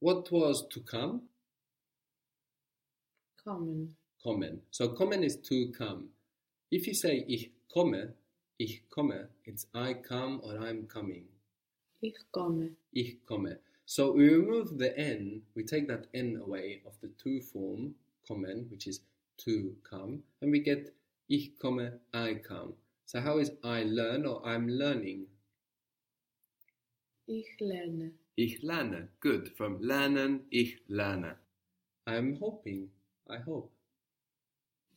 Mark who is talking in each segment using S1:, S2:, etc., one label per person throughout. S1: What was to come?
S2: Kommen.
S1: Kommen. So kommen is to come. If you say ich komme, ich komme, it's I come or I'm coming.
S2: Ich komme.
S1: Ich komme. So we remove the n, we take that n away of the to form, kommen, which is to come, and we get ich komme, I come. So how is I learn or I'm learning?
S2: Ich lerne.
S1: Ich lerne. Good. From lernen, ich lerne. I'm hoping. I hope.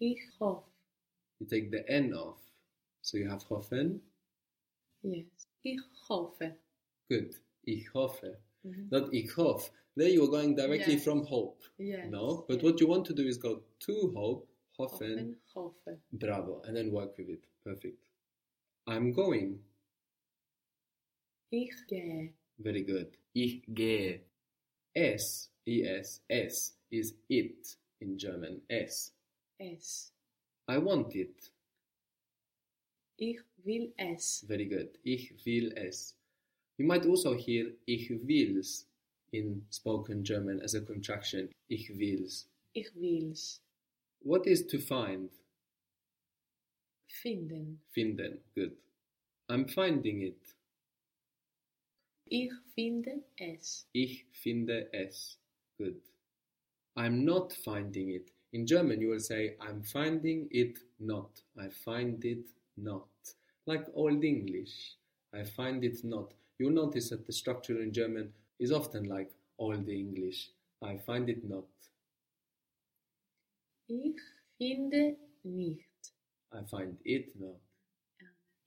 S2: Ich hoffe.
S1: You take the n off. So you have hoffen.
S2: Yes. Ich hoffe.
S1: Good. Ich hoffe.
S2: Mhm.
S1: Not ich hoff. There you are going directly
S2: Yes.
S1: from hope.
S2: Yes.
S1: No? But
S2: yes.
S1: what you want to do is go to hope, hoffen,
S2: Hoffen, hoffe.
S1: bravo, and then work with it. Perfect. I'm going.
S2: Ich gehe.
S1: Very good. Ich gehe. S, E-S, S is it in German. S.
S2: Es.
S1: I want it.
S2: Ich will es.
S1: Very good. Ich will es. You might also hear ich will's in spoken German as a contraction. Ich will's.
S2: Ich will's.
S1: What is to find?
S2: Finden.
S1: Finden. Good. I'm finding it.
S2: Ich finde es.
S1: Ich finde es. Good. I'm not finding it. In German, you will say, I'm finding it not. I find it not. Like Old English, I find it not. You'll notice that the structure in German is often like Old English. I find it not.
S2: Ich finde nicht.
S1: I find it not.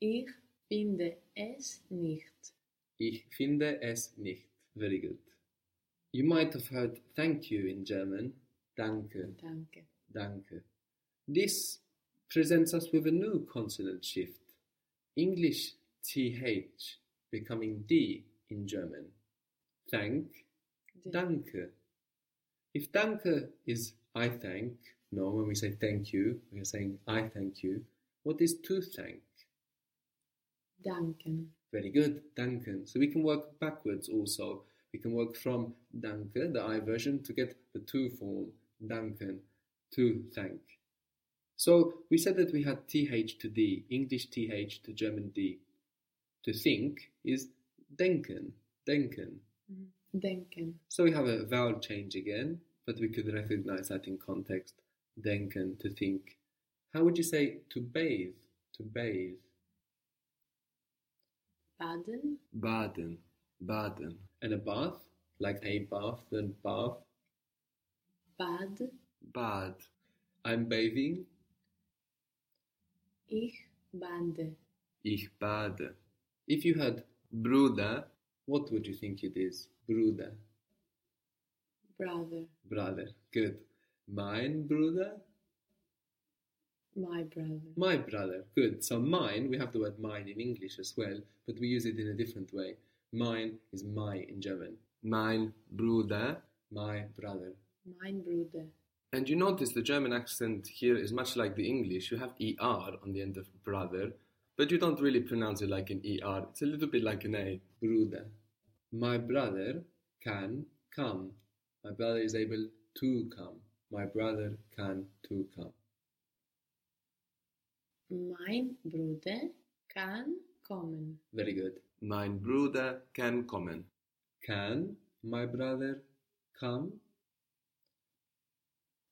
S2: Ich finde es nicht.
S1: Ich finde es nicht. Very good. You might have heard thank you in German. Danke.
S2: Danke.
S1: Danke. This presents us with a new consonant shift. English th becoming d in German. Thank, danke. If danke is I thank, no, when we say thank you, we are saying I thank you. What is to thank?
S2: Danken.
S1: Very good, danken. So we can work backwards also. We can work from danke, the I version, to get the to form, danken, to thank. So we said that we had th to d, English th to German d. To think is denken, denken.
S2: Denken.
S1: So we have a vowel change again, but we could recognize that in context. Denken, to think. How would you say to bathe? To bathe.
S2: Baden.
S1: Baden, baden. And a bath, like a bath, then bath,
S2: Bad.
S1: bad. I'm bathing.
S2: Ich bade.
S1: Ich bade. If you had Bruder, what would you think it is? Bruder,
S2: Brother.
S1: brother. Good. Mein Bruder,
S2: My brother.
S1: my brother. Good. So mine, we have the word mine in English as well, but we use it in a different way. Mine is my in German. Mein Bruder, my brother.
S2: Mein Bruder.
S1: And you notice the German accent here is much like the English. You have ER on the end of brother, but you don't really pronounce it like an ER. It's a little bit like an A. Bruder. My brother can come. My brother is able to come. My brother can to come.
S2: Mein Bruder kann kommen.
S1: Very good. Mein Bruder can kommen. Can my brother come?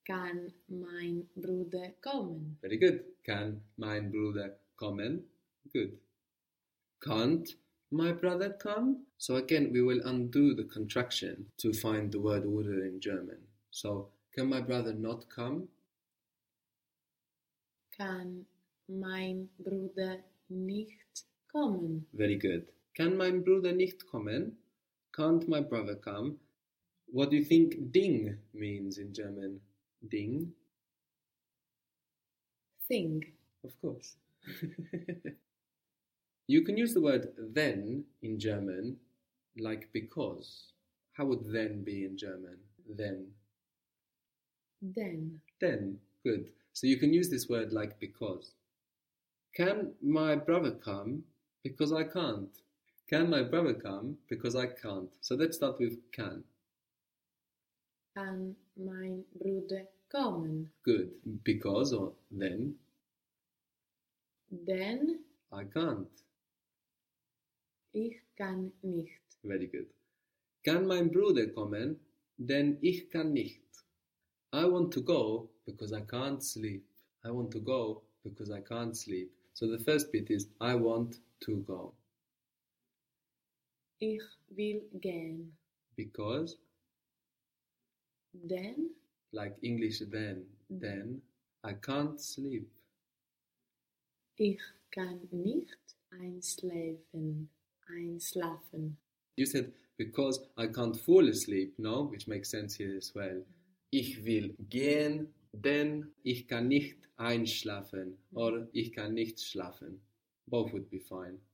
S2: Kann mein Bruder kommen?
S1: Very good. Can mein Bruder kommen? Good. Can't my brother come? So again, we will undo the contraction to find the word order in German. So, can my brother not come?
S2: Kann mein Bruder nicht kommen?
S1: Very good. Can mein Bruder nicht kommen? Can't my brother come? What do you think ding means in German? Ding?
S2: Thing.
S1: Of course. you can use the word then in German like because. How would then be in German? Then.
S2: Denn.
S1: Then. Good. So you can use this word like because. Can my brother come? Because I can't. Can my brother come? Because I can't. So let's start with can.
S2: Kann mein Bruder kommen?
S1: Good. Because or then
S2: Denn
S1: I can't.
S2: ich kann nicht.
S1: Very good. Kann mein Bruder kommen? Denn ich kann nicht. I want to go because I can't sleep. I want to go because I can't sleep. So the first bit is I want to go
S2: Ich will gehen.
S1: because,
S2: Denn
S1: like English then, then I can't sleep.
S2: ich kann nicht einschlafen. Einschlafen.
S1: You said because I can't fall asleep, no? Which makes sense here as well. Ich will gehen, denn ich kann nicht einschlafen or ich kann nicht schlafen. Both would be fine.